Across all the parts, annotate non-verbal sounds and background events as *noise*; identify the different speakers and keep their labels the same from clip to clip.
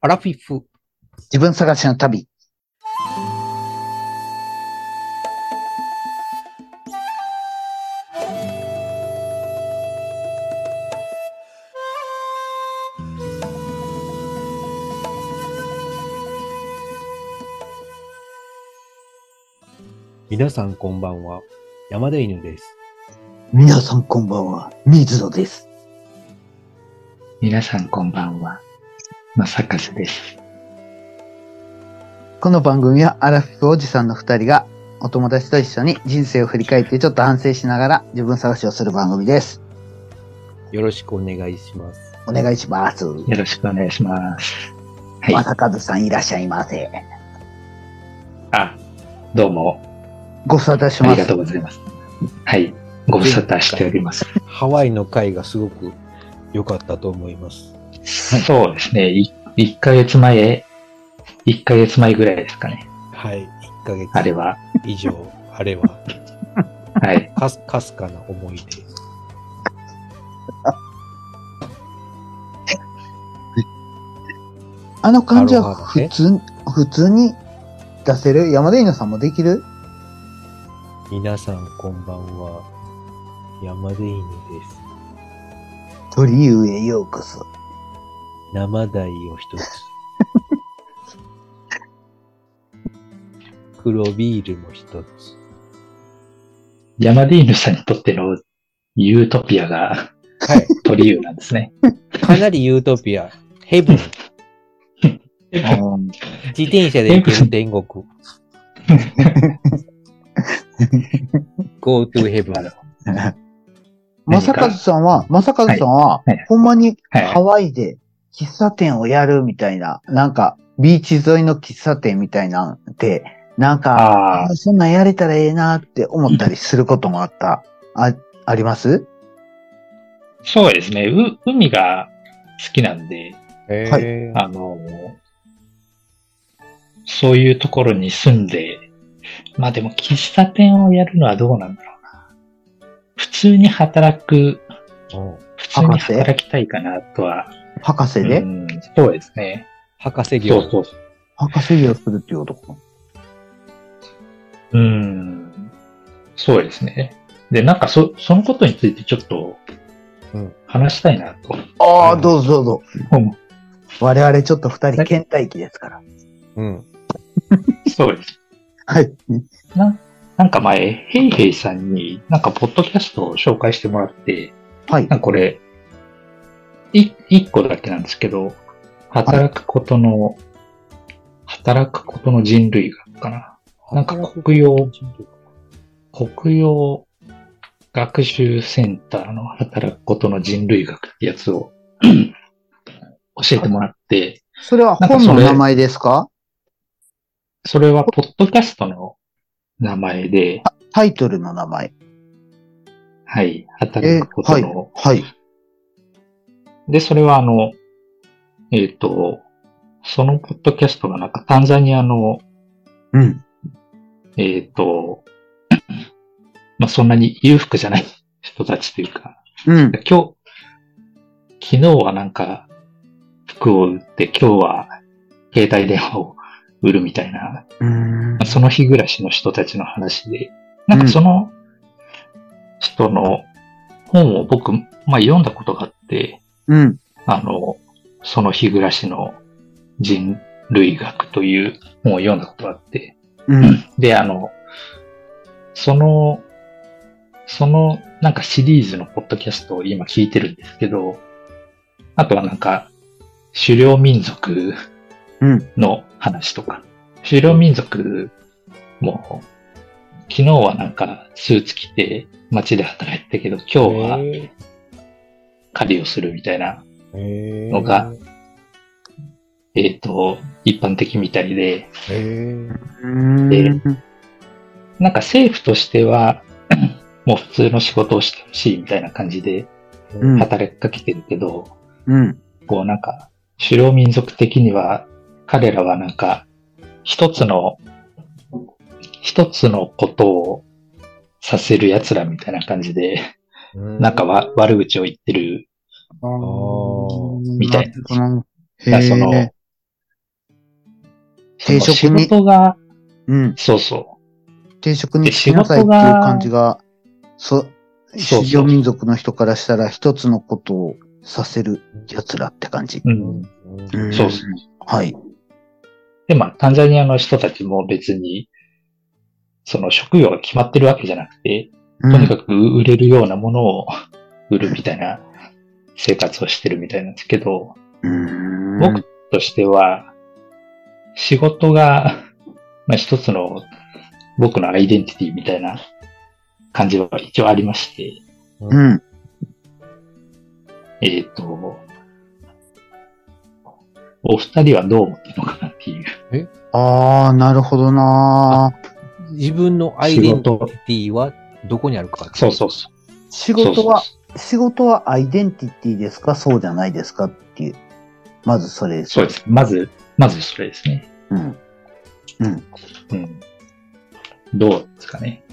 Speaker 1: アラフィフ。
Speaker 2: 自分探しの旅。
Speaker 1: 皆さんこんばんは。山田犬です。
Speaker 2: 皆さんこんばんは、水野です。
Speaker 3: 皆さんこんばんは。まさかずです。
Speaker 2: この番組はアラフィフおじさんの二人がお友達と一緒に人生を振り返ってちょっと反省しながら自分探しをする番組です。
Speaker 1: よろしくお願いします。
Speaker 2: お願いします。
Speaker 3: よろしくお願いします。はい。
Speaker 2: まさかずさんいらっしゃいませ。
Speaker 3: あ、どうも、
Speaker 2: ご無沙汰し
Speaker 3: あ
Speaker 2: ま
Speaker 3: り
Speaker 2: す
Speaker 3: がと。うございます。はい。ご無沙汰しております。
Speaker 1: ハワイの会がすごく良かったと思います。
Speaker 3: そうですね。い1ヶ月前、1ヶ月前ぐらいですかね。
Speaker 1: はい。1ヶ月
Speaker 3: あれは。
Speaker 1: 以上、あれは、
Speaker 3: *laughs* はい。
Speaker 1: かすかすかな思い出。
Speaker 2: あの感じ
Speaker 1: アロ
Speaker 2: は
Speaker 1: ハがね
Speaker 2: 普通、普通に出せる山田犬さんもできる
Speaker 1: 皆さんこんばんは。山田犬です。
Speaker 2: 鳥居へようこ
Speaker 3: *laughs*
Speaker 2: そ。
Speaker 1: 生鯛を一つ。黒ビールも一つ。
Speaker 3: ヤマディーヌさんにとってのユートピアが
Speaker 1: はい。
Speaker 3: 鳥湯なんですね。
Speaker 1: かなりユートピア。ヘブン。自転車で行ける天国。Go to
Speaker 3: *laughs* なる
Speaker 1: heaven.
Speaker 3: ほ
Speaker 2: まさかずさんは、まさかずさんは
Speaker 3: はいはい、
Speaker 2: ほんまに
Speaker 3: ど
Speaker 2: ハ
Speaker 3: は
Speaker 2: ワイで喫茶店をやるみたいな、なんか、ビーチ沿いの喫茶店みたいなんで、なん
Speaker 3: い。
Speaker 2: か、
Speaker 3: ああ、
Speaker 2: そんなんやれたらええなって思ったりすることもあった。あ、あります
Speaker 3: そうですね。う海が好きなんで、
Speaker 2: は
Speaker 1: え
Speaker 3: あの、そういうところに住んで、まあでも喫茶店をやるのはどうなんだろうな。普通に働く、普通に
Speaker 2: 博士
Speaker 3: 働きたいかなとは。
Speaker 2: 博士
Speaker 3: う
Speaker 2: で
Speaker 3: んそうですね。
Speaker 1: 博士
Speaker 3: そ
Speaker 1: 業
Speaker 3: う。そうそ
Speaker 2: 博士業するっていうことか。
Speaker 3: う。うん。そうですね。で、なんかそ、そのことについてちょっと
Speaker 1: うん、
Speaker 3: 話したいなと。
Speaker 2: ああ、
Speaker 1: うん
Speaker 2: どうぞどうぞ。
Speaker 3: うん
Speaker 2: 我々ちょっと二
Speaker 3: は
Speaker 2: 人
Speaker 3: い
Speaker 2: 倦怠期ですから。
Speaker 1: うん。
Speaker 3: *laughs* そうです。
Speaker 2: はい。
Speaker 3: な、なんか前、ヘイヘイさんに、なんかポッドキャストを紹介してもらって、
Speaker 2: はい
Speaker 3: な。んかこれ、い、一個だけなんですけど、働くことの、働くことの人類学かな。なんか国用、国用学習センターの働くことの人類学ってやつ *clears throat* を教えてもらって、
Speaker 2: それは本の名前ですか
Speaker 3: それはポッドキャストの名前で、
Speaker 2: タイトルの名前。
Speaker 3: はい、
Speaker 2: え
Speaker 3: 働くこ
Speaker 2: は
Speaker 3: と
Speaker 2: い
Speaker 3: の。
Speaker 2: はい。
Speaker 3: で、それはあの、えっ、と、そのポッドキャストがなんかタンザニアの、
Speaker 2: うん。
Speaker 3: えっ、と、 *coughs* まあ、そんなに裕福じゃない *laughs* 人たちというか、
Speaker 2: うん。
Speaker 3: 今日、昨日はなんか服を売って、今日は携帯電話を売るみたいな、
Speaker 2: うーん
Speaker 3: まあその日暮らしの人たちの話で、なんかその人の本を僕、まあ、読んだことがあって、
Speaker 2: うん。
Speaker 3: あの、その日暮らしの人類学という本を読んだことがあって、
Speaker 2: うん。
Speaker 3: で、あの、その、そのなんかシリーズのポッドキャストを今聞いてるんですけど、あとはなんか、狩猟民族
Speaker 2: うん。
Speaker 3: の話とか、狩猟民族も、昨日はなんかスーツ着て街で働いてたけど、今日は
Speaker 1: へ
Speaker 3: 狩りをするみたいな
Speaker 1: ーへー
Speaker 3: のがえっ、と、一般的みたいで、
Speaker 1: へー
Speaker 2: うん。
Speaker 3: なんか政府としては、 *clears throat* もう普通の仕事をしてほしいみたいな感じで
Speaker 2: うん
Speaker 3: 働きかけてるけど、
Speaker 2: うん。
Speaker 3: こうなんか、狩猟民族的には、彼らはなんか、一つの、一つのことをさせる奴らみたいな感じで、なんかわ悪口を言ってる、
Speaker 2: あー
Speaker 1: ー
Speaker 3: みたいな
Speaker 2: なるほど。
Speaker 3: だからそ
Speaker 2: へー、
Speaker 3: のその
Speaker 2: 定
Speaker 3: 仕
Speaker 2: 職に
Speaker 3: 事が、
Speaker 2: うん。
Speaker 3: そうそ
Speaker 2: 定職にしなさいっていう感じが、そ、
Speaker 3: そうそう
Speaker 2: 市場民族の人からしたら一つのことをさせる奴らって感じ。
Speaker 3: う。う。
Speaker 1: うんん。
Speaker 3: そうそう。
Speaker 2: はい。
Speaker 3: で、まあ、タンザニアの人たちも別に、その職業が決まってるわけじゃなくて、
Speaker 2: と
Speaker 3: とにかく売れるようなものを *laughs* 売るみたいな生活をしてるみたいなんですけど、
Speaker 2: うん。
Speaker 3: 僕としては、仕事が、まあ、一つの僕のアイデンティティみたいな感じは一応ありまして、
Speaker 2: うん。
Speaker 3: えっ、と、お二人はどう思ってるのかなっていう。
Speaker 2: あー、なるほどなー
Speaker 1: 自分のアイデンティティはどこにあるか。
Speaker 3: そうそうそう。
Speaker 2: 仕事は
Speaker 3: そう、
Speaker 2: 仕事はアイデンティティですかそうじゃないですかっていう。まずそれです。
Speaker 3: そうそうそうです。まず、まずそれですね。
Speaker 2: うん。
Speaker 3: うん。どうですかね。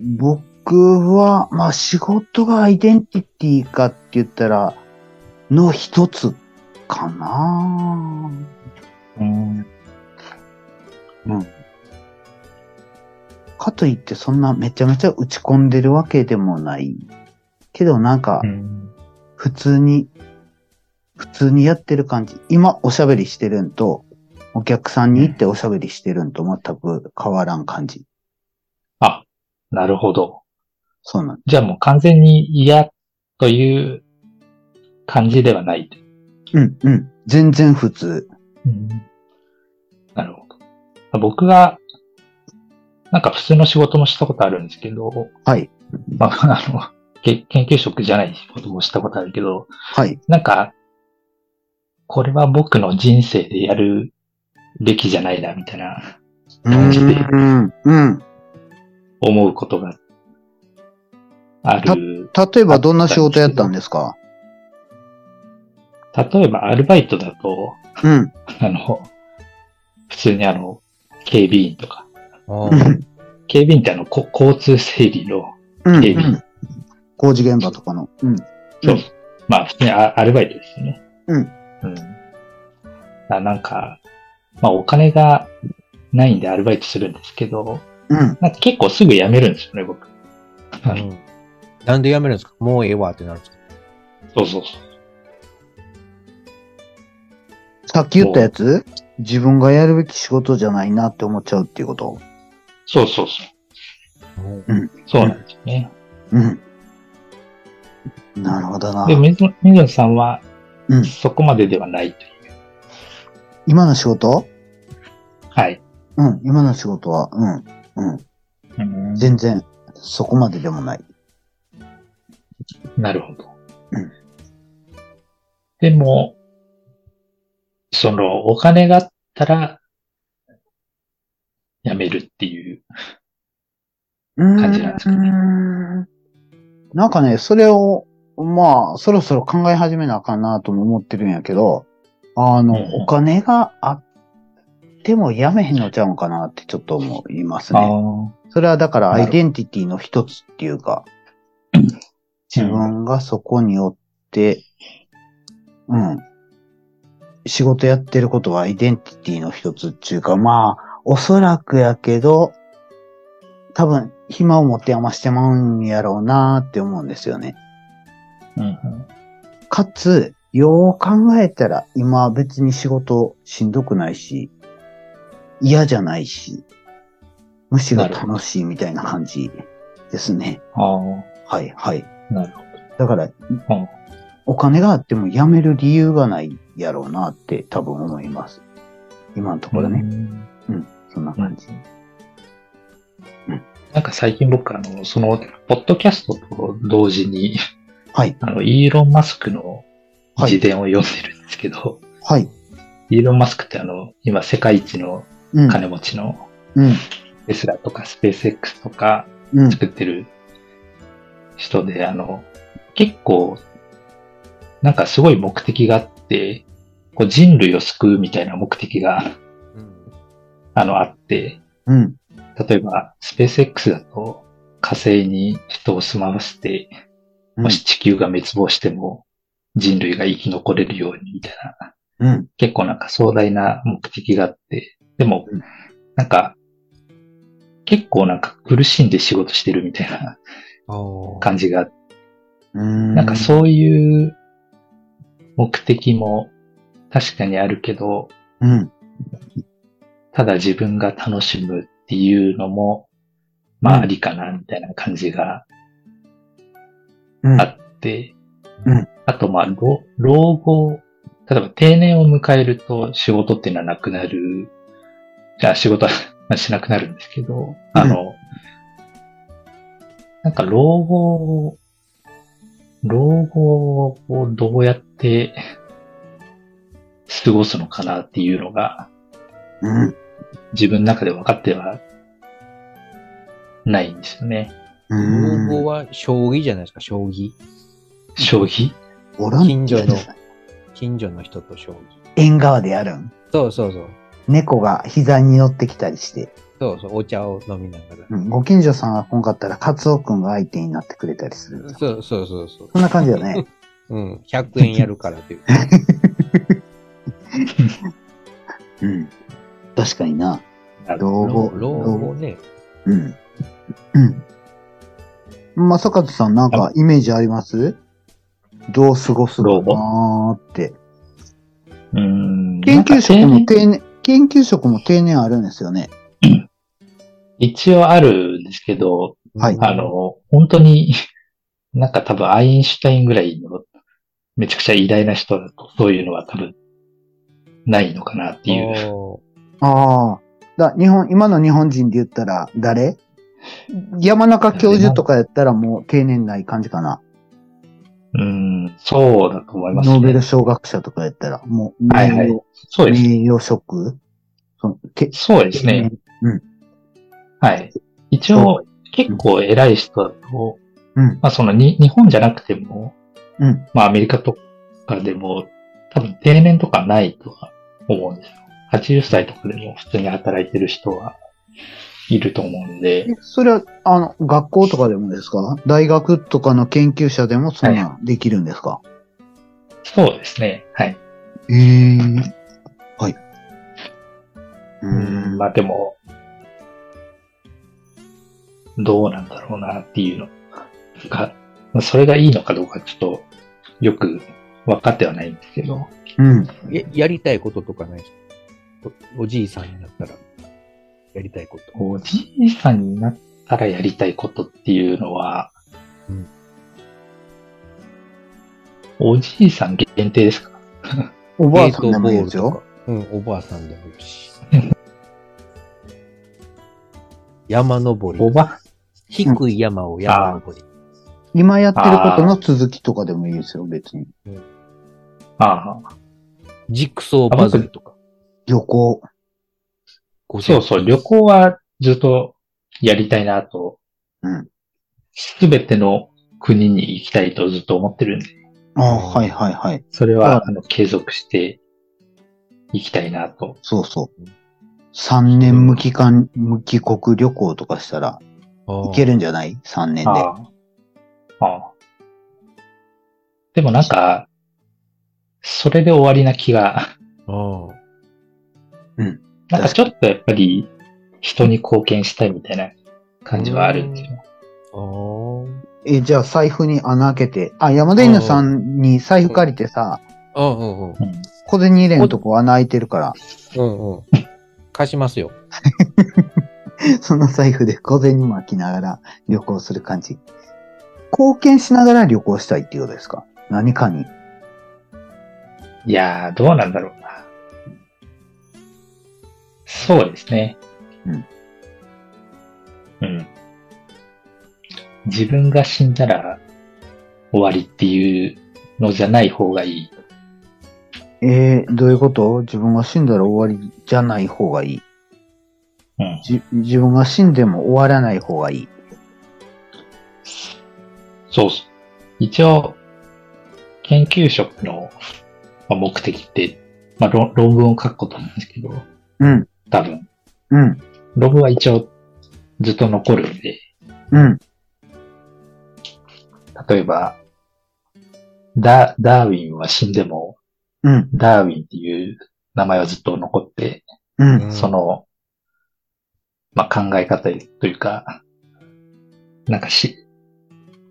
Speaker 2: 僕は、まあ仕事がアイデンティティかって言ったら、の一つかな
Speaker 3: うん。
Speaker 2: うん。かといってそんなめちゃめちゃ打ち込んでるわけでもない。けどなんか
Speaker 3: う、ん。
Speaker 2: 普通に、普通にやってる感じ。今おしゃべりしてるんと、お客さんに行っておしゃべりしてるんと全く変わらん感じ。
Speaker 3: あ、なるほど。
Speaker 2: そうなん
Speaker 3: じゃあもう完全に嫌という感じではない。
Speaker 2: うん、うん。全然普通。
Speaker 3: うん。なるほど。僕が、なんか普通の仕事もしたことあるんですけど、
Speaker 2: はい。
Speaker 3: まあ、あの、け研究職じゃない仕事もしたことあるけど、
Speaker 2: はい。
Speaker 3: なんか、これは僕の人生でやるべきじゃないな、みたいな、
Speaker 2: う
Speaker 3: 感じで
Speaker 2: ん、うん。
Speaker 3: 思うことがあ
Speaker 2: 例
Speaker 3: る。
Speaker 2: えばどんな仕事やったんですか
Speaker 3: 例えば、アルバイトだと、
Speaker 2: うん。
Speaker 3: あの、普通にあの、警備員とか、
Speaker 1: ああ
Speaker 2: うん
Speaker 3: 警備員ってあの、こ交通整理の、
Speaker 2: うん
Speaker 3: 警備員。
Speaker 2: 工事現場とかの。うん。
Speaker 3: そう
Speaker 2: うん
Speaker 3: まあ、普通にアアルバイトですよね。
Speaker 2: うん。
Speaker 3: うん。あなんか、まあ、お金がないんでアルバイトするんですけど、
Speaker 2: うん。
Speaker 3: なんか結構すぐ辞めるんですよね、僕。あ
Speaker 1: う
Speaker 3: の
Speaker 1: んなんでやめるんですかもうええわってなるんですか
Speaker 3: そうそうそう。
Speaker 2: さっき言ったやつ自分がやるべき仕事じゃないなって思っちゃうっていうこと。
Speaker 3: そうそうそう。
Speaker 1: うん
Speaker 3: そうなんですよね。
Speaker 2: うん。なるほどな
Speaker 3: で、。水野水野さんは
Speaker 2: うん、
Speaker 3: そこまでではないという。
Speaker 2: 今の仕事
Speaker 3: はい。
Speaker 2: うん。今の仕事は、うん。うん。全然、そこまででもない。
Speaker 3: なるほど。
Speaker 2: うん
Speaker 3: でも、その、お金があったら、辞めるっていう。
Speaker 2: 感
Speaker 3: じなんですかね
Speaker 2: なんかね、それを、まあ、そろそろ考え始めなあかんなとも思ってるんやけど、あの、
Speaker 3: うん
Speaker 2: お金があってもやめへんのちゃうんかなってちょっと思います
Speaker 3: あ
Speaker 2: ね。
Speaker 3: ー
Speaker 2: それはだから
Speaker 3: な
Speaker 2: ア
Speaker 3: るほ
Speaker 2: イ
Speaker 3: ど
Speaker 2: デンティティの一つっていうか、自分がそこによって、うん。仕事やってることはアイデンティティの一つっていうか、まあ、おそらくやけど、多分、暇を持って余してまうんやろうなーって思うんですよね。
Speaker 3: うんうん
Speaker 2: かつ、よう考えたら、今別に仕事しんどくないし、嫌じゃないし、むしろ楽しいみたいな感じですね。
Speaker 3: あー
Speaker 2: はい、はい。
Speaker 3: なるほ
Speaker 2: だから、
Speaker 3: うん
Speaker 2: お金があっても辞める理由がないやろうなって多分思います。今のとこ
Speaker 3: ど。
Speaker 2: ろね。
Speaker 3: うん
Speaker 2: そんな感じ。
Speaker 3: なんか最近僕、あの、その、ポッドキャストと同時に、
Speaker 2: はい。
Speaker 3: *laughs* あの、イーロン・マスクの
Speaker 2: はい
Speaker 3: 自伝を読んでるんですけど、
Speaker 2: はい。
Speaker 3: イーロン・マスクってあの、今世界一の
Speaker 2: うん。
Speaker 3: 金持ちの
Speaker 2: うん。
Speaker 3: テスラとかスペース X とか
Speaker 2: うん。
Speaker 3: 作ってる人で、あの、結構、なんかすごい目的があって、こう人類を救うみたいな目的が、あの、あって、
Speaker 2: うん。
Speaker 3: 例えば、スペース X だと、火星に人を住まわせて、
Speaker 2: うん
Speaker 3: もし地球が滅亡しても、人類が生き残れるようにみたいな
Speaker 2: うん。
Speaker 3: 結構なんか壮大な目的があって、でも
Speaker 2: うん、
Speaker 3: なんか、結構なんか苦しんで仕事してるみたいな感じがあって、
Speaker 2: うん。
Speaker 3: なんかそういう目的も確かにあるけど、
Speaker 2: うん。
Speaker 3: ただ自分が楽しむっていうのも、
Speaker 2: う
Speaker 3: まあ
Speaker 2: ん
Speaker 3: ありかなみたいな感じが
Speaker 2: うん。
Speaker 3: あって、
Speaker 2: うん
Speaker 3: あとまあ老老後、例えば定年を迎えると仕事っていうのはなくなる、じゃあ仕事は *laughs* まあしなくなるんですけど、あの、なんか老後を、老後をどうやって過ごすのかなっていうのが、
Speaker 2: うん。
Speaker 3: 自分の中で分かってはないんですよね。
Speaker 2: うん。
Speaker 1: 老後は将棋じゃないですか、将棋。
Speaker 3: 将棋
Speaker 2: ボランティア
Speaker 1: 近所の
Speaker 2: ですね
Speaker 1: 近所の人と将棋。
Speaker 2: 縁側でやるん
Speaker 1: そうそうそう。
Speaker 2: 猫が膝に乗ってきたりして、
Speaker 1: そうそう、お茶を飲みながら。
Speaker 2: うん、ご近所さんが来んかったら、カツオくんが相手になってくれたりする。
Speaker 1: そうそうそうそう。
Speaker 2: そんな感じだね。
Speaker 1: うん、100円やるか
Speaker 2: *laughs*
Speaker 1: らっていう。
Speaker 2: うん。確かにな。老後
Speaker 1: 老老後ね。
Speaker 2: うん。うん。まさかずさん、なんかイメージありますどう過ごすのかなーって。
Speaker 3: うん。
Speaker 2: 研究職
Speaker 3: なん
Speaker 2: も
Speaker 3: か定年
Speaker 2: 定年、研究職も定年あるんですよね。
Speaker 3: 一応あるんですけど、
Speaker 2: はい
Speaker 3: あの、本当に、 *laughs* なんか多分アインシュタインぐらいの、めちゃくちゃ偉大な人だと、そういうのは多分、ないのかなっていう。
Speaker 1: お
Speaker 2: ああ。だ、日本、今の日本人で言ったら誰、山中教授とかやったらもう定年ない感じかな。
Speaker 3: うん、そうだと思います、ね。
Speaker 2: ノーベル賞学者とかやったら、もう
Speaker 3: は
Speaker 2: 名
Speaker 3: い
Speaker 2: 誉、
Speaker 3: はいそうです。
Speaker 2: 名誉職そのけ
Speaker 3: そうですね。はい。一応、結構偉い人だと、
Speaker 2: うん。
Speaker 3: まあそのに、日本じゃなくても、
Speaker 2: うん。
Speaker 3: まあアメリカとかでも、多分定年とかないとは思うんですよ。80歳とかでも普通に働いてる人はいると思うんで
Speaker 2: え、それは、あの、学校とかでもですか大学とかの研究者でもそんなんできるんですか、
Speaker 3: そうですね。はい。
Speaker 2: ええはい。うーん。
Speaker 3: まあでも、どうなんだろうなっていうのが、まあそれがいいのかどうかちょっとよく分かってはないんですけど、
Speaker 2: うん。
Speaker 1: ーややりたいこととかないですかおおじいさんになったら、やりたいこと。
Speaker 3: おじいさんになったらやりたいことっていうのは、
Speaker 1: うん
Speaker 3: おじいさん限定ですか
Speaker 2: お
Speaker 1: お
Speaker 2: ばあさんでもいいですよ。。
Speaker 1: うん、おばあさんでもいいし。山登り
Speaker 3: お。ば
Speaker 1: 低い山を山登り。
Speaker 2: 今やってることの続きとかでもいいですよ、別に。
Speaker 3: ああ、
Speaker 1: ジクソーパズルとか。
Speaker 2: 旅行。
Speaker 1: ご
Speaker 3: そ
Speaker 1: 存
Speaker 3: う
Speaker 1: 知
Speaker 3: そう、旅行はずっとやりたいなと、
Speaker 2: うん。
Speaker 3: すべての国に行きたいとずっと思ってるんで、
Speaker 2: ああ、はいはいはい。
Speaker 3: それ
Speaker 2: あ
Speaker 3: は、あの、継続して行きたいなと。
Speaker 2: そうそう。3年無期間、無帰国旅行とかしたらいけ
Speaker 1: る。
Speaker 2: るんじゃない ?3 年で。
Speaker 3: ああ。ああ。でもなんか、それで終わりな気が。 *laughs*
Speaker 1: ああ
Speaker 3: なんかちょっとやっぱり人に貢献したいみたいな感じはあるんですよ。
Speaker 1: あー
Speaker 2: え、じゃあ財布に穴開けて、あ、山田犬さんに財布借りてさ、
Speaker 1: あ。うんうんうん。
Speaker 3: うん
Speaker 2: 小銭入れんとこ穴開いてるから、
Speaker 1: うんうん。貸しますよ。
Speaker 2: *laughs* その財布で小銭巻きながら旅行する感じ。貢献しながら旅行したいっていうことですか何かに。
Speaker 3: いやー、どうなんだろうな。そうですね。
Speaker 2: うん。
Speaker 3: うん。自分が死んだら終わりっていうのじゃない方がいい。
Speaker 2: えー、どういうこと自分が死んだら終わりじゃない方がいい。
Speaker 3: うん。
Speaker 2: じ自分が死んでも終わらない方がいい。
Speaker 3: そうそう。一応、研究職のまあ目的って、まあ、論論文を書くことなんですけど、
Speaker 2: うん、
Speaker 3: 多分。
Speaker 2: うん、
Speaker 3: ログは一応ずっと残るんで、
Speaker 2: うん、
Speaker 3: 例えば、ダダーウィンは死んでも
Speaker 2: うん、
Speaker 3: ダーウィンっていう名前はずっと残って、
Speaker 2: うん、
Speaker 3: その、まあ、考え方というか、なんかし、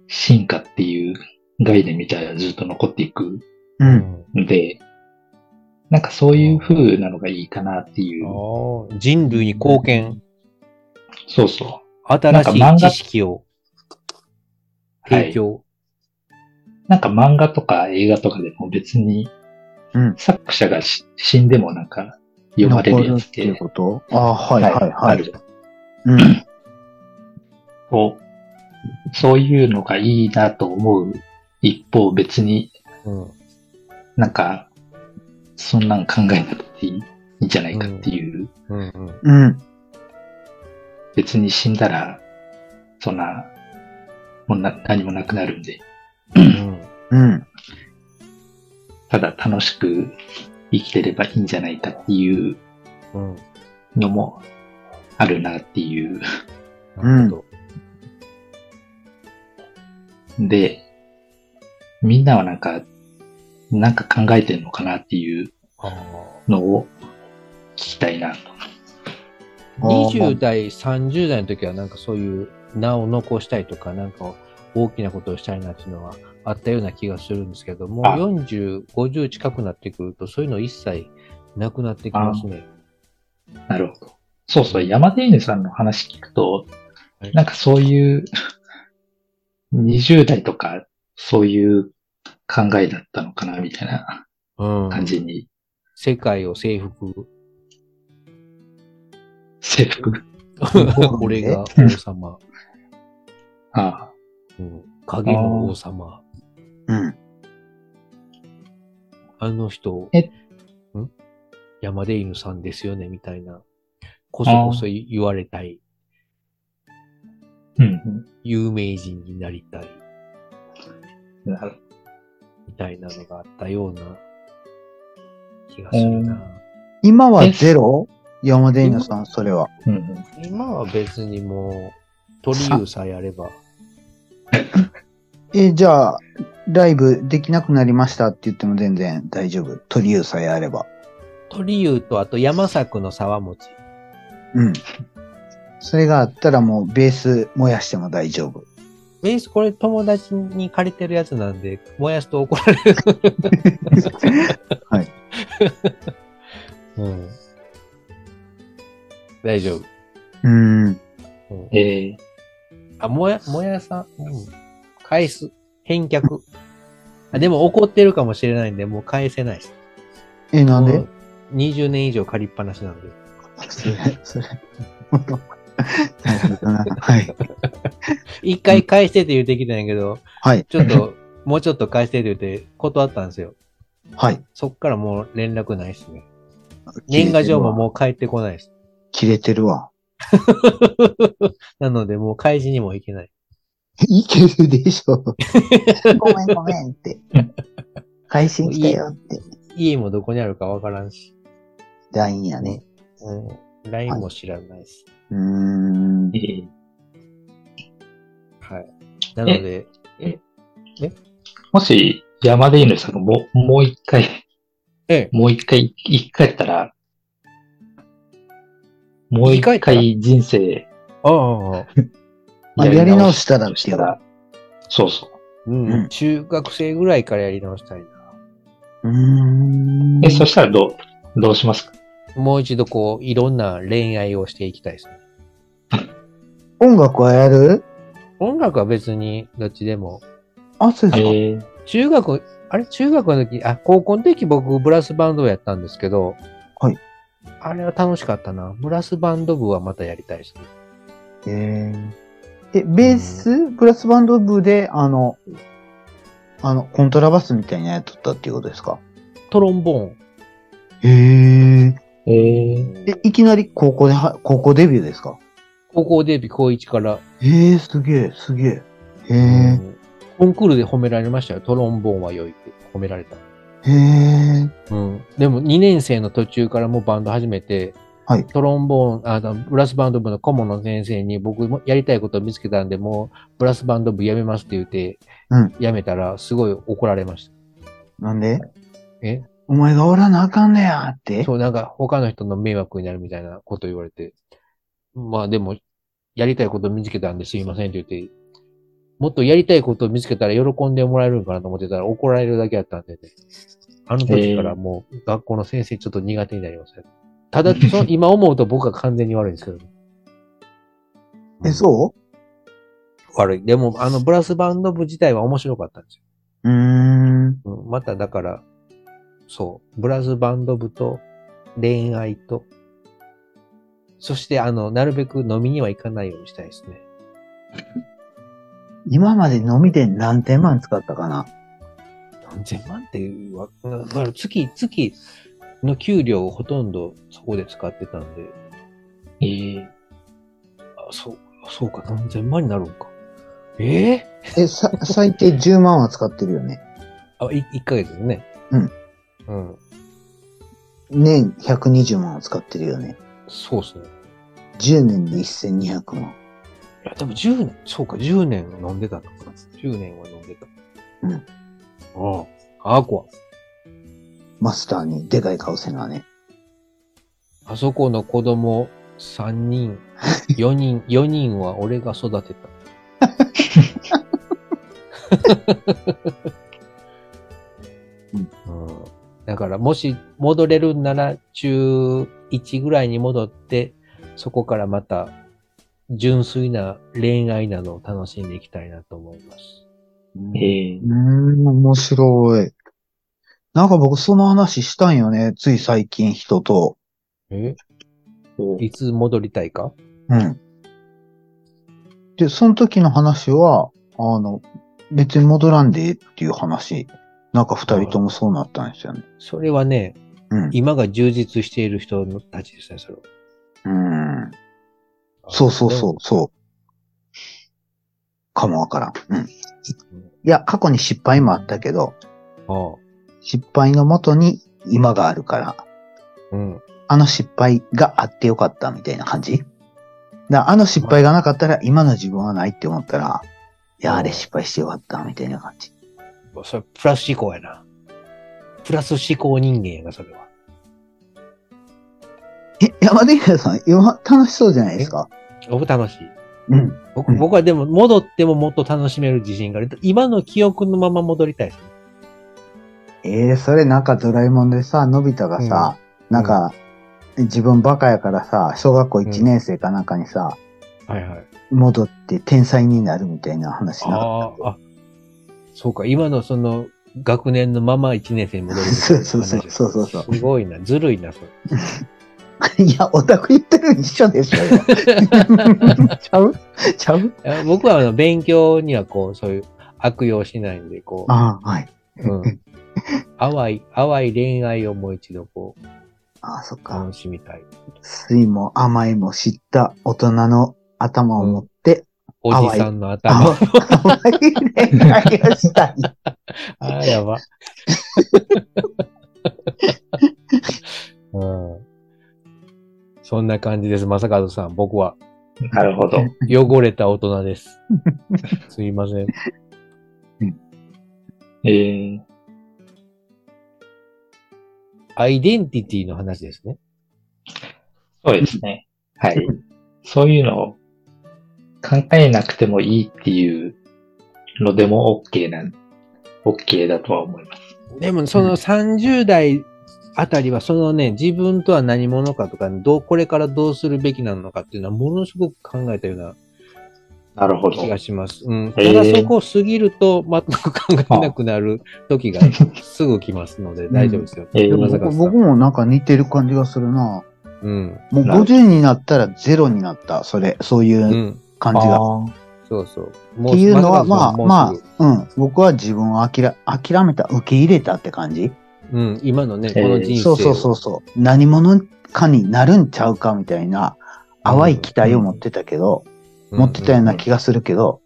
Speaker 3: 進化っていう概念みたいなのがずっと残っていく
Speaker 2: う。
Speaker 1: うんん。
Speaker 3: んで、なんかそういう風なのがいいかなっていう、
Speaker 1: ああ、人類に貢献、
Speaker 3: そうそ
Speaker 1: 新し
Speaker 3: なん
Speaker 1: い
Speaker 3: か漫画
Speaker 1: 知識を
Speaker 3: う。は
Speaker 1: 提
Speaker 3: い。
Speaker 1: 供。
Speaker 3: なんか漫画とか映画とかでも別に
Speaker 2: うん、
Speaker 3: 作者がし死んでもなんか読まれ
Speaker 2: 残
Speaker 3: る
Speaker 2: る
Speaker 3: や
Speaker 2: っ
Speaker 3: つってて、
Speaker 2: いうことあはい
Speaker 3: は
Speaker 2: はいい
Speaker 3: あ
Speaker 2: はい
Speaker 3: る。じゃん
Speaker 2: うん、
Speaker 3: こうそういうのがいいなと思う一方別に
Speaker 1: うん。
Speaker 3: なんか、そんなん考えなくていいんじゃないかっていう、
Speaker 1: うんうん。
Speaker 2: うん、
Speaker 3: 別に死んだら、そんな、もうな何もなくなるんで、
Speaker 1: うん。
Speaker 2: うん、
Speaker 3: ただ楽しく生きてればいいんじゃないかっていう
Speaker 1: うん。
Speaker 3: のもあるなっていう。
Speaker 1: なるほど。
Speaker 3: で、みんなはなんか、なんか考えてんのかなっていう
Speaker 1: ああ
Speaker 3: のを聞きたいなと。
Speaker 1: 20代、30代の時はなんかそういう名を残したいとか、なんか大きなことをしたいなっていうのはあったような気がするんですけども、
Speaker 3: あ
Speaker 1: 40、50近くなってくると、そういうの一切なくなってきますね。
Speaker 3: なるほど。そうそう、山田犬さんの話聞くと
Speaker 1: はい、
Speaker 3: なんかそういう、20代とか、そういう考えだったのかな、みたいな
Speaker 1: うん。
Speaker 3: 感じに、
Speaker 1: 世界を征服。
Speaker 3: 制服。
Speaker 2: うん
Speaker 1: 俺が王様。
Speaker 3: ああ
Speaker 1: うん、影の王様。
Speaker 2: うん、
Speaker 1: あの人、
Speaker 3: え
Speaker 1: ん山で犬さんですよね、みたいな。こそこそ言われたい。
Speaker 3: うん、
Speaker 1: 有名人になりたい。
Speaker 3: うん。なる
Speaker 1: みたいなのがあったような気がするな。
Speaker 2: 今はゼロ山田犬さん、それは。
Speaker 3: うんうん。
Speaker 1: 今は別にもう、トリユーさえあれば。
Speaker 2: え、じゃあ、ライブできなくなりましたって言っても全然大丈夫。取り優さえあれば。
Speaker 1: トリユーとあと山作の沢餅。
Speaker 2: うん。それがあったらもうベース燃やしても大丈夫。
Speaker 1: ベースこれ友達に借りてるやつなんで、燃やすと怒られる。
Speaker 2: はい。
Speaker 1: *laughs* うん。大丈夫。
Speaker 2: うーん。
Speaker 1: うん
Speaker 3: ええ
Speaker 1: あ、もや、もやさん、うん、返す。返却。あでも怒ってるかもしれないんで、もう返せないです。
Speaker 2: え、なんで
Speaker 1: もう ?20 年以上借りっぱなしなんで。
Speaker 2: それ、それ。大丈夫だな。はい。
Speaker 1: 一回返してって言うてきたんやけど、
Speaker 2: はい。
Speaker 1: ちょっと、もうちょっと返してって言って断ったんですよ。
Speaker 2: はい。
Speaker 1: そっからもう連絡ないですね。年賀状も
Speaker 2: う。
Speaker 1: もう返ってこないです。
Speaker 2: 切れてるわ。
Speaker 1: なのでもう返しにも行けない。
Speaker 2: いけるでしょ。ごめんごめんって。配信
Speaker 1: 来たよ
Speaker 2: って。
Speaker 1: 家もどこにあるかわからんし。
Speaker 2: LINE や
Speaker 1: ね。うん。LINE も知らないです。
Speaker 2: うーん。
Speaker 3: ええ
Speaker 1: はい。なので、
Speaker 3: もし、山田犬さんがもう、もう一回、
Speaker 1: ええ
Speaker 3: もう一回、一回やったら、もう
Speaker 1: 生
Speaker 3: 一
Speaker 1: き返ったら
Speaker 3: 回人生
Speaker 1: ああ、
Speaker 2: あやり直したらって
Speaker 3: し
Speaker 2: いう
Speaker 3: たら、そうそう。
Speaker 1: うん、
Speaker 2: うん
Speaker 1: 中学生ぐらいからやり直したいな。
Speaker 2: うーん。
Speaker 3: え、そしたらどう、どうしますか
Speaker 1: もう一度こう、いろんな恋愛をしていきたいですね。
Speaker 2: 音楽はやる
Speaker 1: 音楽は別にどっちでも。
Speaker 2: あ、そうですか。
Speaker 3: ええ
Speaker 1: 中学、あれ中学の時、あ、高校の時僕ブラスバンドをやったんですけど、
Speaker 2: はい。
Speaker 1: あれは楽しかったな。ブラスバンド部はまたやりたいですね。
Speaker 2: ええ、ベース、ブラスバンド部で、あの、あの、コントラバスみたいなやっとったっていうことですか
Speaker 1: トロンボーン。
Speaker 2: へえ。
Speaker 3: ええ
Speaker 2: え、いきなり高校では、高校デビューですか
Speaker 1: 高校デビュー高一から、
Speaker 2: ええ、すげえ、すげえ。へえ、
Speaker 1: うんコンクールで褒められましたよ。トロンボーンは良いって褒められた。
Speaker 2: へえ、
Speaker 1: うん。でも2年生の途中からもうバンド始めて、
Speaker 2: はい
Speaker 1: トロンボーン、あの、ブラスバンド部の顧問の先生に僕もやりたいことを見つけたんで、もうブラスバンド部やめますって言って、
Speaker 2: うん
Speaker 1: やめたらすごい怒られました。
Speaker 2: なんで
Speaker 1: え
Speaker 2: お前がおらなあかんねやって。
Speaker 1: そう、なんか他の人の迷惑になるみたいなこと言われて、まあでも、やりたいこと見つけたんですいませんって言って、もっとやりたいことを見つけたら喜んでもらえるんかなと思ってたら怒られるだけやったんでね。あの時からもう学校の先生ちょっと苦手になりました。ただ、 *laughs* その今思うと僕は完全に悪いんですけど。
Speaker 2: え、そ
Speaker 1: 悪い。でも、あの、ブラスバンド部自体は面白かったんですよ
Speaker 2: ううーん。
Speaker 1: うんまただから、そう、ブラスバンド部と恋愛と、そしてあの、なるべく飲みには行かないようにしたいですね。
Speaker 2: 今まで飲みで何千万使ったかな
Speaker 1: 何千万っていうわ、だから月、月の給料をほとんどそこで使ってたんで、
Speaker 3: えー、
Speaker 1: あそう、そうか、何千万になるんか。ええ
Speaker 2: え、さ、最低10万は使ってるよね。
Speaker 1: あ、い、1ヶ月でね。
Speaker 2: うん。
Speaker 1: うん。
Speaker 2: 年120万は使ってるよね。
Speaker 1: そうですね。
Speaker 2: 10年で1200万。
Speaker 1: いや、でも10年、そうか、10年飲んでたのかな。10年は飲んでた。
Speaker 2: うん
Speaker 1: ああ。ああ、怖
Speaker 2: マスターにでかい顔せなね。
Speaker 1: あそこの子供3人、4人、4人は俺が育てた。うんだから、もし戻れるんなら、中1ぐらいに戻って、そこからまた、純粋な恋愛などを楽しんでいきたいなと思います。
Speaker 3: え
Speaker 2: う、
Speaker 3: ー
Speaker 2: ーん、面白い。なんか僕その話したんよね。つい最近人と。
Speaker 1: え
Speaker 3: お
Speaker 1: いつ戻りたいか
Speaker 2: うん。で、その時の話は、あの、別に戻らんでええっていう話。なんか二人ともそうなったんですよね。
Speaker 1: それはね、
Speaker 2: うん。
Speaker 1: 今が充実している人たちですね、それは。
Speaker 2: うん。そうそうそう、そう。かもわからん。うん。いや、過去に失敗もあったけど、
Speaker 1: ああ。
Speaker 2: 失敗のもとに今があるから、
Speaker 1: うん。
Speaker 2: あの失敗があってよかったみたいな感じだからあの失敗がなかったら今の自分はないって思ったら、いや、あれ失敗してよかったみたいな感じ。
Speaker 1: それ、プラス思考やな。プラス思考人間やな、それは。
Speaker 2: え、山田裕也さん、今楽しそうじゃないですか
Speaker 1: 僕楽しい。
Speaker 2: うん。
Speaker 1: 僕
Speaker 2: うん
Speaker 1: 僕はでも、戻ってももっと楽しめる自信がある。今の記憶のまま戻りたいですね。
Speaker 2: ええそれなんかドラえもんでさ、のび太がさ、
Speaker 1: ん
Speaker 2: なんか、自分バカやからさ、小学校1年生かなんかにさ、
Speaker 1: はいはい。
Speaker 2: 戻って天才になるみたいな話なか
Speaker 1: ああ、あ、そうか。今のその、学年のまま1年生に戻るみたいな話。
Speaker 2: そうそうそうそうそうそう
Speaker 1: すごいな。ずるいな、それ。
Speaker 2: った。いや、オタク言ってるの一緒でしょ。ちゃうちゃう
Speaker 1: いや僕はあの勉強にはこう、そういう悪用しないんで、こう。
Speaker 2: ああ、はい。 *laughs*
Speaker 1: うん。淡い、淡い恋愛をもう一度こう、
Speaker 2: ああ、そっか。
Speaker 1: 楽しみたい。
Speaker 2: 酸いも甘いも知った大人の頭を持って、
Speaker 1: おじさんの頭。
Speaker 2: 甘い甘い恋愛をしたい。
Speaker 1: ああ、やば。 *laughs* うん、そんな感じです、正和さん。僕は
Speaker 3: なるほど。
Speaker 1: 汚れた大人 *laughs* です。すいません。
Speaker 3: えー、
Speaker 1: アイデンティティの話ですね。
Speaker 3: そうですね。はい。そういうのを考えなくてもいいっていうのでも OK なん、OK だとは思います。
Speaker 1: でも、その30代あたりは、そのね、自分とは何者かとか、どう、これからどうするべきなのかっていうのは、ものすごく考えたような
Speaker 3: なるほど
Speaker 1: 気。がします。うん。
Speaker 3: へ
Speaker 1: た
Speaker 3: ー
Speaker 1: だそこを過ぎると、全く考えなくなる時がすぐ来ますので、大丈夫ですよ。
Speaker 3: えー
Speaker 2: でも
Speaker 1: まさか
Speaker 2: 僕
Speaker 1: さ
Speaker 2: 僕もなんか似てる感じがするな。
Speaker 1: うん。。
Speaker 2: もう
Speaker 3: なる
Speaker 2: 50になったらゼロになった、それ、そういううん感じが。
Speaker 3: あー
Speaker 1: そうそう。
Speaker 2: っ
Speaker 1: も
Speaker 2: ていうのは、
Speaker 1: さか
Speaker 2: ま
Speaker 1: さ
Speaker 2: あ
Speaker 1: んもう
Speaker 2: ます
Speaker 1: ぐ
Speaker 2: あ、うん。僕は自分をあきら諦めた、受け入れたって感じ。
Speaker 1: うん。今のね、
Speaker 3: え
Speaker 1: こ
Speaker 3: ー
Speaker 1: の人生
Speaker 2: そ
Speaker 1: を。
Speaker 2: うそうそうそう。何者かになるんちゃうかみたいな、淡い期待を持ってたけど、
Speaker 1: うん。
Speaker 2: 持ってたような気がするけど、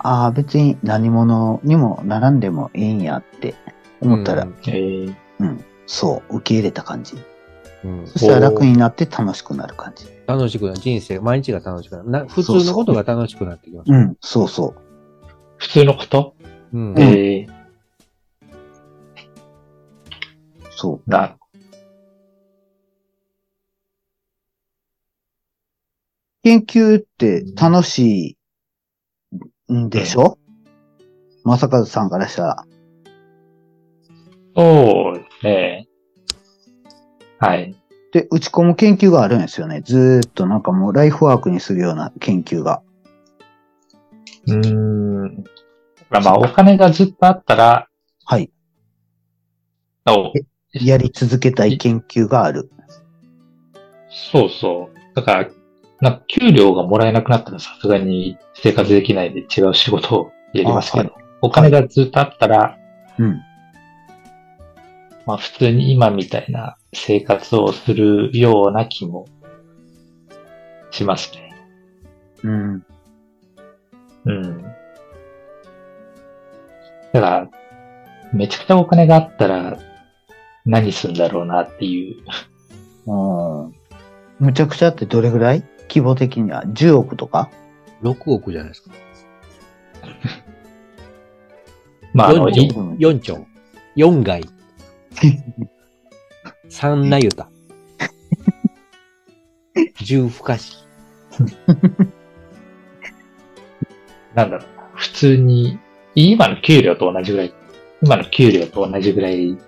Speaker 2: ああ、別に何者にも並んでもいいんやって思ったら、
Speaker 1: うん。
Speaker 3: えー、
Speaker 2: そう、受け入れた感じ。
Speaker 1: うん
Speaker 2: そしたら楽になって楽しくなる感じ。
Speaker 1: 楽しくなる。人生、毎日が楽しくなるな。普通のことが楽しくなってきます。
Speaker 2: うん、そうそう。
Speaker 3: 普通のこと、
Speaker 1: うん。
Speaker 3: えー、
Speaker 2: そ
Speaker 3: だ。
Speaker 2: う。研究って楽しいんでしょ正和さんからしたら。
Speaker 3: そうですね。はい。
Speaker 2: で、打ち込む研究があるんですよね。ずーっとなんかもうライフワークにするような研究が。
Speaker 3: うーん。まあ、お金がずっとあったら、
Speaker 2: はい。
Speaker 3: お
Speaker 2: やり続けたい研究がある。
Speaker 3: そうそう。だから、なんか給料がもらえなくなったらさすがに生活できないで違う仕事をやりますけど、
Speaker 2: あ
Speaker 3: お金がずっとあったら、
Speaker 2: うん。
Speaker 3: まあ普通に今みたいな生活をするような気もしますね。
Speaker 2: うん。
Speaker 3: うん。だから、めちゃくちゃお金があったら何するんだろうなっていう。
Speaker 2: うん。むちゃくちゃってどれぐらい規模的には ?10 億とか
Speaker 1: 6億じゃないですか。
Speaker 3: まあ、あの、
Speaker 1: 4
Speaker 3: い
Speaker 1: 兆。4兆。4街。3なゆた。10不可視。
Speaker 3: なんだろうな。普通に、今の給料と同じぐらい、今の給料と同じぐらい
Speaker 1: うん。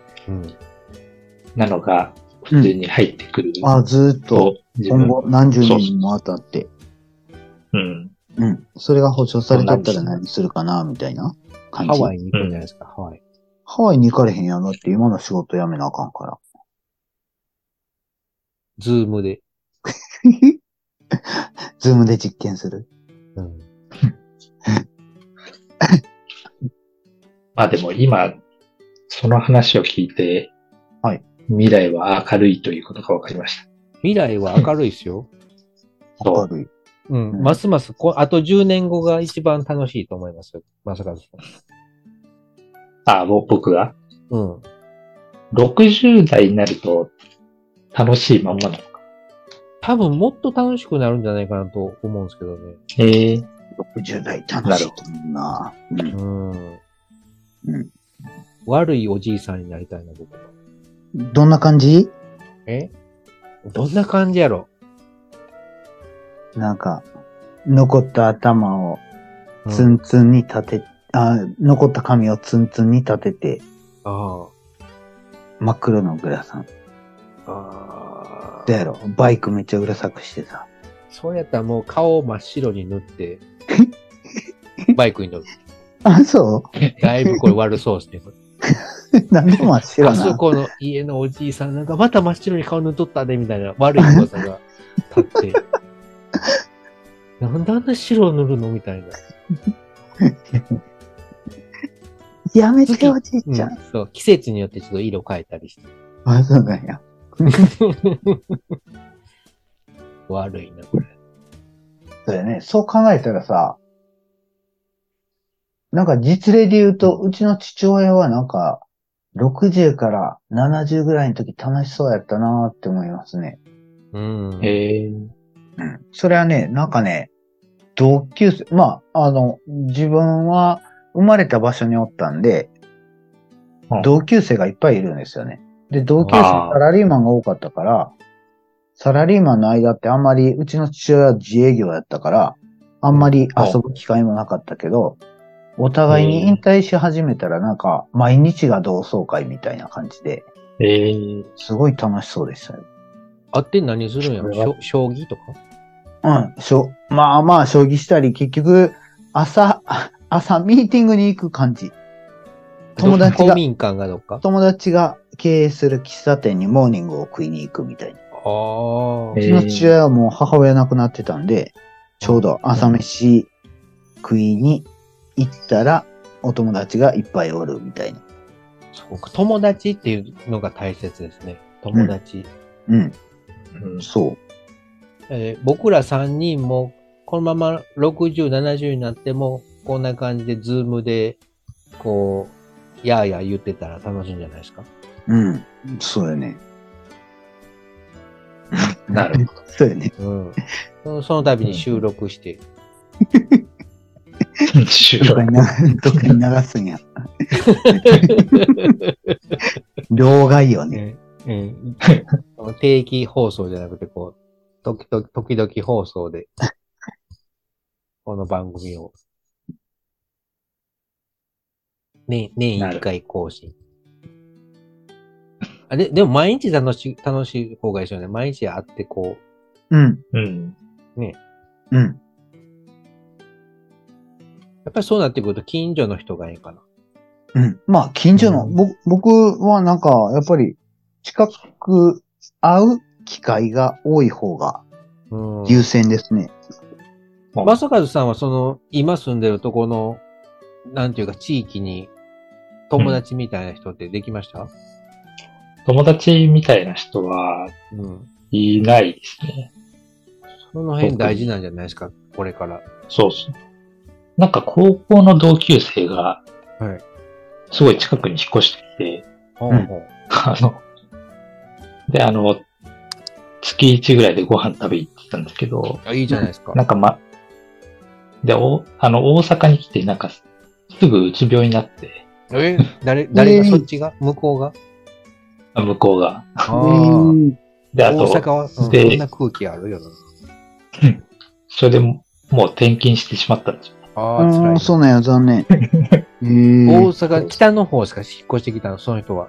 Speaker 3: なのが普通に入ってくる
Speaker 2: あ、ずーっと
Speaker 3: と、自
Speaker 2: 今
Speaker 3: 分、
Speaker 2: 後何十年もあたって。
Speaker 3: うん。
Speaker 2: うん。それが保証されたったら何するかな、みたいな感
Speaker 1: ハ
Speaker 2: じ。
Speaker 1: ワイに行くんじゃないですか、ハワイ。
Speaker 2: ハワイに行かれへんやろって今の仕事辞めなあかんから。
Speaker 1: ズームで。
Speaker 2: *laughs* ズームで実験する。
Speaker 1: うん。
Speaker 3: まあでも今、その話を聞いて、
Speaker 2: はい
Speaker 3: 未来は明るいということが分かりました。
Speaker 1: 未来は明るいですよ。
Speaker 3: そ
Speaker 2: 明
Speaker 3: う。
Speaker 2: るい。
Speaker 1: うん。
Speaker 2: うん
Speaker 1: ますますこ、あと10年後が一番楽しいと思いますよ。まさかです。
Speaker 3: あ、もう僕が
Speaker 1: うん。
Speaker 3: 60代になると楽しいまんまなのか。
Speaker 1: 多分もっと楽しくなるんじゃないかなと思うんですけどね。
Speaker 3: ええ
Speaker 2: 60代楽しいと思うな。うん。
Speaker 1: うん。
Speaker 2: うん
Speaker 1: 悪いおじいさんになりたいな、僕は。
Speaker 2: どんな感じ
Speaker 1: えどんな感じやろ
Speaker 2: なんか、残った頭をツンツンに立て、あ、残った髪をツンツンに立てて、
Speaker 1: あ
Speaker 2: 真っ黒のグラサン。
Speaker 1: あ。あ
Speaker 2: どうやろバイクめっちゃうるさくしてさ。
Speaker 1: そうやったらもう顔を真っ白に塗って、バイクに乗る。
Speaker 2: あ、そ
Speaker 1: だいぶこれ悪そうですね。これ
Speaker 2: う *laughs* なんで真っ白
Speaker 1: あ
Speaker 2: な
Speaker 1: そ
Speaker 2: の
Speaker 1: この家のおじいさんなんかまた真っ白に顔塗っとったで、みたいな悪い噂が立って。 *laughs* なんであんな白塗るのみたいな。
Speaker 2: やめておじいちゃん。
Speaker 1: うんそう、季節によってちょっと色変えたりして。 *laughs*
Speaker 2: あ、そうなんや。
Speaker 1: 悪いな、これ。
Speaker 2: そうやね。そう考えたらさ、なんか実例で言うと、うちの父親はなんか、60から70ぐらいの時楽しそうやったなーって思いますね。
Speaker 1: うん。
Speaker 3: ええ
Speaker 2: うん。それはね、なんかね、同級生、まあ、あの、自分は生まれた場所におったんで
Speaker 3: うん、
Speaker 2: 同級生がいっぱいいるんですよね。で、同級生
Speaker 3: あー
Speaker 2: サラリーマンが多かったから、サラリーマンの間ってあんまり、うちの父親は自営業やったから、あんまり遊ぶ機会もなかったけど、お互いに引退し始めたらなんか、毎日が同窓会みたいな感じで、
Speaker 3: ええ
Speaker 2: すごい楽しそうでしたよ。
Speaker 1: あって何するんやろ
Speaker 3: それは
Speaker 1: しょ将棋とか
Speaker 2: うん、しょ、まあまあ、将棋したり、結局、朝、 *laughs* 朝、ミーティングに行く感じ。友達
Speaker 1: 公
Speaker 2: が、
Speaker 1: 民館がどっか
Speaker 2: 友達が経営する喫茶店にモーニングを食いに行くみたいな。
Speaker 1: ああ。
Speaker 3: え
Speaker 2: うちの父親はもう母親亡くなってたんで、ちょうど朝飯食いに行ったら、お友達がいっぱいおるみたいな。
Speaker 1: そうか友達っていうのが大切ですね。友達。
Speaker 2: うん、
Speaker 3: うん
Speaker 2: そう。
Speaker 1: えー僕ら3人も、このまま60、70になっても、こんな感じで、ズームで、こう、やーやー言ってたら楽しいんじゃないですか。
Speaker 2: うん、そうよね。
Speaker 3: なるほど。
Speaker 2: そうよね。
Speaker 1: うん。そのその度に収録して、
Speaker 3: 収
Speaker 2: どっか *laughs*
Speaker 3: 録
Speaker 2: になどっかに流すんや。 *laughs* 両替よね。
Speaker 1: うん。定期放送じゃなくて、こう、時々、時々放送で、 *laughs* この番組を、ね、年
Speaker 3: なる
Speaker 1: 一回更新。あで、でも毎日楽しい、楽しい方がいいですよね。毎日会ってこ
Speaker 2: うん、
Speaker 3: うん。
Speaker 2: うん。
Speaker 1: う、やっぱりそうなってくると近所の人がいいかな。
Speaker 2: うん。まあ、近所の、
Speaker 3: う
Speaker 2: ぼ僕はなんか、やっぱり、近く会う機会が多い方が
Speaker 1: うん。
Speaker 2: 優先ですね。
Speaker 1: まさかずさんはその、今住んでるとこの、なんていうか地域に、友達みたいな人ってできました、
Speaker 3: 友達みたいな人は
Speaker 1: うん。
Speaker 3: いないですね。
Speaker 1: その辺大事なんじゃないですか、これから。
Speaker 3: そうそう。なんか高校の同級生が、
Speaker 1: はい
Speaker 3: すごい近くに引っ越してきて、 *laughs*
Speaker 1: ほうほう。
Speaker 3: あの、で、あの、月1ぐらいでご飯食べ行ってたんですけど、
Speaker 1: あいいじゃないですか。
Speaker 3: なんかま、で、お、あの、大阪に来て、なんか、すぐうつ病になって、
Speaker 1: え誰、誰が、
Speaker 2: えー
Speaker 1: そっちが向こうが
Speaker 3: あ向こうが。
Speaker 1: あ
Speaker 2: う
Speaker 1: ー
Speaker 2: ん。
Speaker 3: で、あ
Speaker 1: 大阪
Speaker 3: と、
Speaker 1: は、うんそ
Speaker 3: で
Speaker 1: んな空気あるよな。
Speaker 3: それでももう転勤してしまったんですよ。
Speaker 1: ああ、辛い
Speaker 2: あ
Speaker 1: な。
Speaker 2: あ、そうなんや、残念。え
Speaker 1: 大
Speaker 2: ー、
Speaker 1: 阪、北の方しか引っ越してきたの、その人は。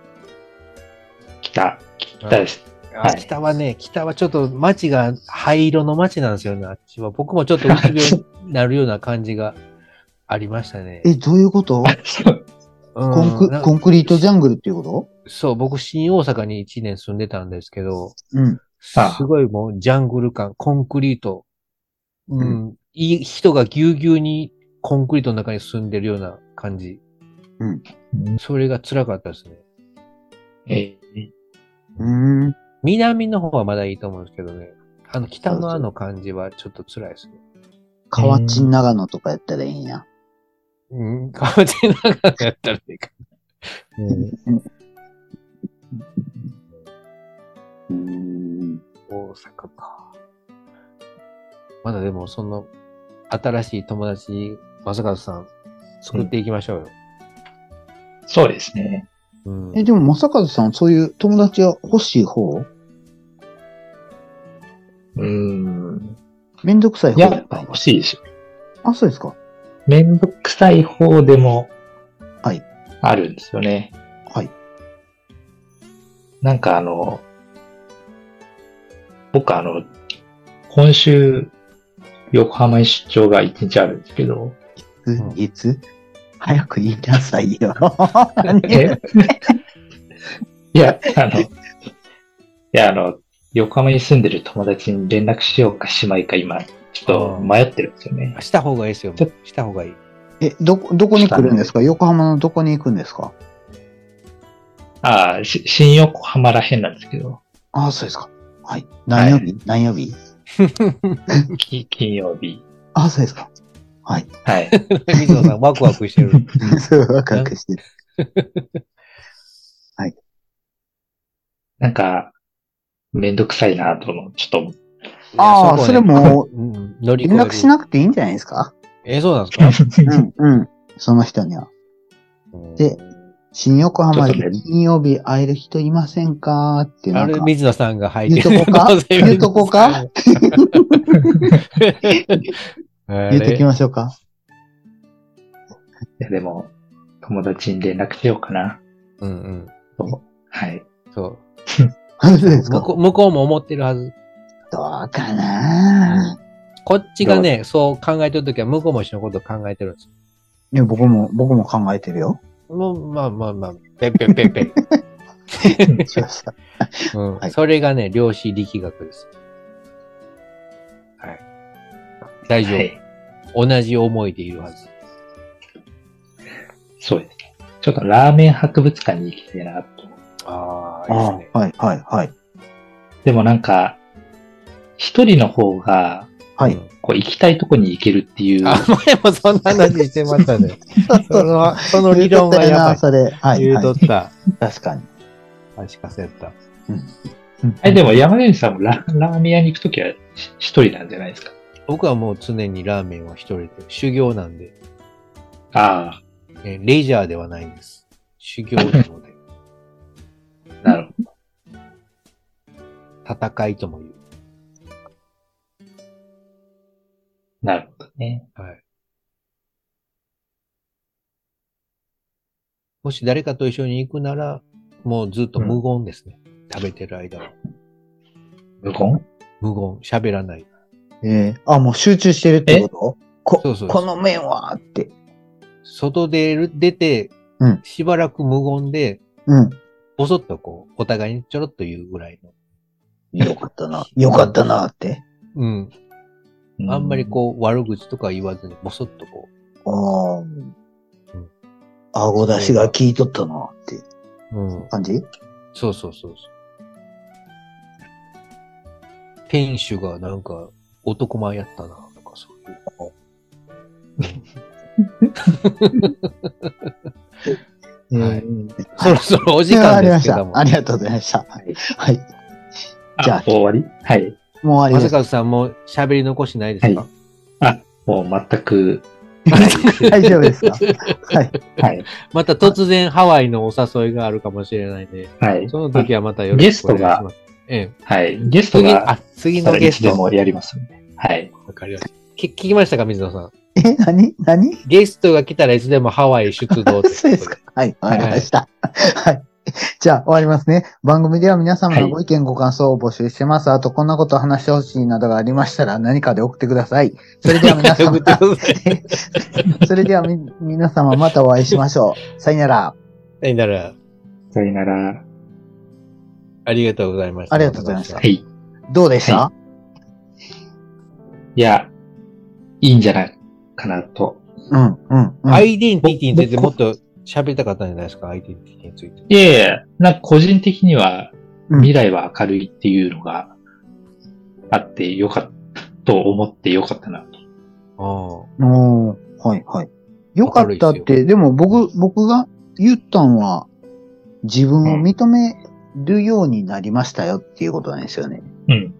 Speaker 3: 北、北です。
Speaker 1: あ
Speaker 3: はい
Speaker 1: 北はね、北はちょっと街が灰色の街なんですよね、あっちは。僕もちょっとうつ病になるような感じがありましたね。
Speaker 2: え、どういうこと
Speaker 1: うん
Speaker 2: コン
Speaker 1: な
Speaker 2: クコンクリートジャングルっていうこと
Speaker 1: そう、僕、新大阪に1年住んでたんですけど、
Speaker 2: うん。
Speaker 1: す
Speaker 3: ああ
Speaker 1: ごいもうジャングル感、コンクリート。うん。いい人がぎゅうぎゅうにコンクリートの中に住んでるような感じ。
Speaker 2: うん
Speaker 3: うん
Speaker 1: それが辛かったですね。
Speaker 3: *laughs* えー
Speaker 2: うーん。
Speaker 1: 南の方はまだいいと思うんですけどね。あの、北のあの感じはちょっと辛いですね。
Speaker 2: 河内長野とかやったらいいんや。
Speaker 1: うん。河内長野やったらいいか。うん。
Speaker 2: うーん。
Speaker 1: 大阪か。まだでも、その、新しい友達、正和さん、作っていきましょうよ。
Speaker 3: そうですね。
Speaker 1: うん。
Speaker 2: え、でも、正和さん、そういう友達は欲しい方
Speaker 3: うーん。
Speaker 2: めんどくさい
Speaker 3: い
Speaker 2: 方
Speaker 3: や、やっぱ欲しいですよ。
Speaker 2: あ、そうですか。
Speaker 3: めんどくさい方でも、
Speaker 2: はい。
Speaker 3: あるんですよね。
Speaker 2: はい。
Speaker 3: なんかあの、僕あの、今週、横浜に出張が一日あるんですけど、
Speaker 1: ん
Speaker 2: いつ早く言いなさいよ。
Speaker 3: え *laughs* いや、あの、いや、あの、横浜に住んでる友達に連絡しようかしまいか今、ちょっと迷ってるんですよね。
Speaker 1: した方がいいですよ
Speaker 3: ちょ。
Speaker 1: した方がいい。 *laughs*
Speaker 2: え、どこ、どこに来るんですか *laughs* 横浜のどこに行くんですか
Speaker 3: ああ、し新横浜らへんなんですけど、
Speaker 2: あ、そうですか。はい。何曜日、何曜日
Speaker 3: き金曜日。
Speaker 2: あ、そうですか。はい。
Speaker 3: はい。
Speaker 1: 水野さん、ワクワ
Speaker 2: *laughs*
Speaker 1: クしてる。
Speaker 2: そう、ワクワクしてる。
Speaker 3: *laughs* なんか、めんどくさいなと思う。ちょっ
Speaker 2: あー
Speaker 1: いや
Speaker 2: それも
Speaker 1: こうん、乗り越
Speaker 2: 連
Speaker 1: え
Speaker 2: 絡しな
Speaker 1: く
Speaker 2: くていいんじゃないですか
Speaker 1: え、そうなんですか
Speaker 3: と、
Speaker 2: うん、うん。その人には。で、新横浜で金曜日会える人いませんかってな
Speaker 1: あ
Speaker 2: ん
Speaker 1: れ、
Speaker 2: か。
Speaker 1: 水野さんが入って
Speaker 2: 言うとこ
Speaker 1: *laughs*
Speaker 2: か言うとこか
Speaker 1: 言
Speaker 2: 言ってきましょうか。
Speaker 3: いや、でも、友達に連絡しようかな。
Speaker 1: うんうん。
Speaker 3: はい。
Speaker 1: そう。
Speaker 2: そうです
Speaker 1: 向
Speaker 2: か。
Speaker 1: こう向こうも思ってるはず。
Speaker 2: どうかな
Speaker 1: こっちがね、そう考えてるときは、向こうも一緒のことを考えてるんです
Speaker 2: いや、僕も、僕も考えてる
Speaker 1: *laughs*
Speaker 2: よ。
Speaker 1: よ。もう、まあまあまあ、ペッペッペッペッ。
Speaker 2: しました。 *laughs*
Speaker 1: うん
Speaker 2: はい
Speaker 1: それがね、量子力学です。はい。大丈夫。
Speaker 3: はい。
Speaker 1: 同じ思いでいるはず。
Speaker 3: そうですね。ちょっとラーメン博物館に行きたいなと。
Speaker 1: ああ、いい
Speaker 2: あ
Speaker 1: ですね。
Speaker 2: はい、はい、はい。
Speaker 3: でもなんか、一人の方が、
Speaker 2: は
Speaker 1: う
Speaker 2: い。
Speaker 1: ん
Speaker 3: こう行きたいとこに行けるっていう、
Speaker 1: あ、前もそんな話してました *laughs* ね。その、その理論は
Speaker 2: 言うとったよ
Speaker 1: や
Speaker 2: な
Speaker 1: ばい。
Speaker 2: それ。はい、
Speaker 1: 言うと
Speaker 2: は
Speaker 1: った。
Speaker 2: い。確かに。
Speaker 1: 確かせった。
Speaker 3: え、でも山根さんもララーメン屋に行くときはし一人なんじゃないですか。
Speaker 1: 僕はもう常にラーメンは一人で、修行なんで、
Speaker 3: ああ、
Speaker 1: えレジャーではないんです。修行なので。戦いとも言う。
Speaker 3: なるほどね。
Speaker 1: はい。もし誰かと一緒に行くなら、もうずっと無言ですね。食べてる間は。
Speaker 3: 無言
Speaker 1: 無言。喋らない。
Speaker 2: えー、あ、もう集中してるってことこ
Speaker 1: そうそうそう
Speaker 2: この面はって。
Speaker 1: 外出る、出て
Speaker 2: うん、
Speaker 1: しばらく無言で、
Speaker 2: うん。
Speaker 1: ぼそっとこう、お互いにちょろっと言うぐらいの。
Speaker 2: よかったな。よかったなって。
Speaker 1: うん。あんまりこう、悪口とか言わずに、ぼそっとこ
Speaker 2: ああ。顎出しが効いとったなって
Speaker 1: う。うん。
Speaker 2: 感じ
Speaker 1: そうそうそうそう。店主がなんか、男前やったな、とかそういう。はい
Speaker 2: うん
Speaker 1: そろそろお時
Speaker 2: では
Speaker 1: 間
Speaker 2: あり
Speaker 1: で
Speaker 2: ますし
Speaker 1: けども。
Speaker 2: た。ありがとうございました。
Speaker 3: はい
Speaker 2: はい。
Speaker 3: う
Speaker 2: じゃあ
Speaker 3: 終わりはい。
Speaker 2: もう終わ
Speaker 1: ま
Speaker 2: りで
Speaker 1: さ
Speaker 2: す。
Speaker 1: かさんも喋り残しないですか、
Speaker 3: はもう全く、は
Speaker 2: 大丈夫ですかはい。
Speaker 3: い。はい。
Speaker 1: また突然ハワイのお誘いがあるかもしれないんで、
Speaker 3: はい。
Speaker 1: その時はまたよろしくお願いします。ええ、
Speaker 3: はい。ゲスト
Speaker 1: 次、
Speaker 3: が
Speaker 1: あ、、次のゲス
Speaker 3: で
Speaker 1: ト。
Speaker 3: もやりますんで。はい。
Speaker 1: わかりました。き聞きましたか、水野さん。
Speaker 2: え、何何
Speaker 1: ゲストが来たらいつでもハワイ出動ってこと
Speaker 2: そうですか。はい、わかりました。はい。じゃあ、終わりますね。番組では皆様のご意見、ご感想を募集してます。あと、こんなこと話してほしいなどがありましたら、何かで送ってください。それでは皆様
Speaker 1: 送っ、てください
Speaker 2: それではみ皆様またお会いしましょう。さよなら。
Speaker 1: さよなら、
Speaker 3: さよなら。は
Speaker 1: ありがとうございました。
Speaker 2: ありがとうございました
Speaker 3: い。い
Speaker 2: どうでした、
Speaker 3: はや、いいんじゃないかなと。
Speaker 2: うん、うん、うん。
Speaker 1: アイデンティティについてもっと喋りたかったんじゃないですか、アイデンティティについて。
Speaker 3: いやいや、なんか個人的には、
Speaker 2: うん
Speaker 3: 未来は明るいっていうのがあってよかった、と思ってよかったなと。
Speaker 1: あ
Speaker 2: おーはい、はい。よかったって、でも僕、僕が言ったんは、自分を認めるようになりましたよっていうことなんですよね。
Speaker 3: うん。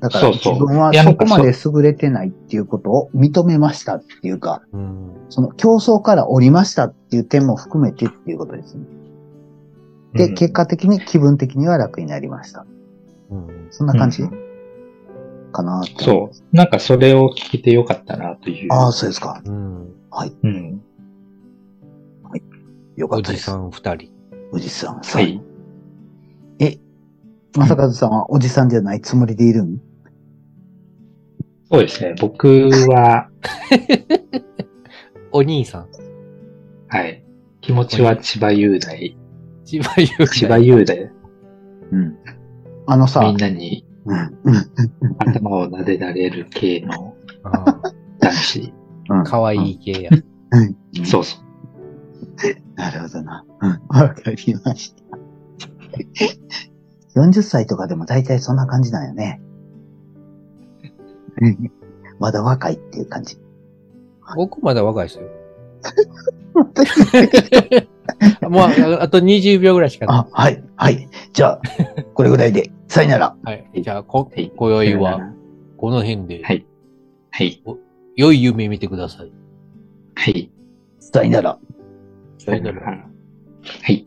Speaker 2: だから
Speaker 3: そうそう
Speaker 2: 自分はい
Speaker 3: やな
Speaker 2: そ
Speaker 3: ん
Speaker 2: こ
Speaker 3: か
Speaker 2: まで優れてないっていうことを認めましたっていうか、
Speaker 1: あ。うん。
Speaker 2: その競争から降りましたっていう点も含めてっていうことですね。で、
Speaker 3: うん
Speaker 2: 結果的に気分的には楽になりました。
Speaker 1: うん。
Speaker 2: そんな感じ
Speaker 3: う
Speaker 2: かなって。
Speaker 3: そう。なんかそれを聞けてよかったなという。
Speaker 2: ああ、そうですか。
Speaker 1: うん。
Speaker 3: うん。
Speaker 2: よか
Speaker 1: お
Speaker 2: った
Speaker 1: じ
Speaker 2: です
Speaker 1: さ。ん二人。
Speaker 2: おじさん。さ
Speaker 3: は
Speaker 2: あ
Speaker 3: い。
Speaker 2: 正和さんはおじさんじゃないつもりでいるん
Speaker 3: そうですね。僕は、
Speaker 1: お兄さん。
Speaker 3: はい。気持ちは千葉雄大。
Speaker 1: 千葉雄大。
Speaker 3: 千葉雄大。
Speaker 2: うん。あの
Speaker 3: み
Speaker 2: さ
Speaker 3: ん、なに
Speaker 2: うん、うん、
Speaker 3: 頭を撫でられる系の男子。
Speaker 2: うん。
Speaker 1: かわいい系や。
Speaker 2: うん。
Speaker 3: そうそう。
Speaker 2: *laughs* なるほどな。うん。わかりました。40歳とかでも大体そんな感じなんよ *laughs* ね。うんまだ若いっていう感じ。
Speaker 1: 僕まだ若いですよ。
Speaker 2: あ、
Speaker 1: もう、ああと20秒ぐらいしかない。
Speaker 2: はい、はい。じゃあ、これぐらいで。さよなら。
Speaker 1: はい。じゃあ、こ
Speaker 3: はい、
Speaker 1: 今宵は、
Speaker 3: は
Speaker 1: この辺で、
Speaker 3: い。はい。
Speaker 1: 良い夢見てください。
Speaker 3: はい。
Speaker 2: さよなら。
Speaker 1: さよなら。
Speaker 3: はい。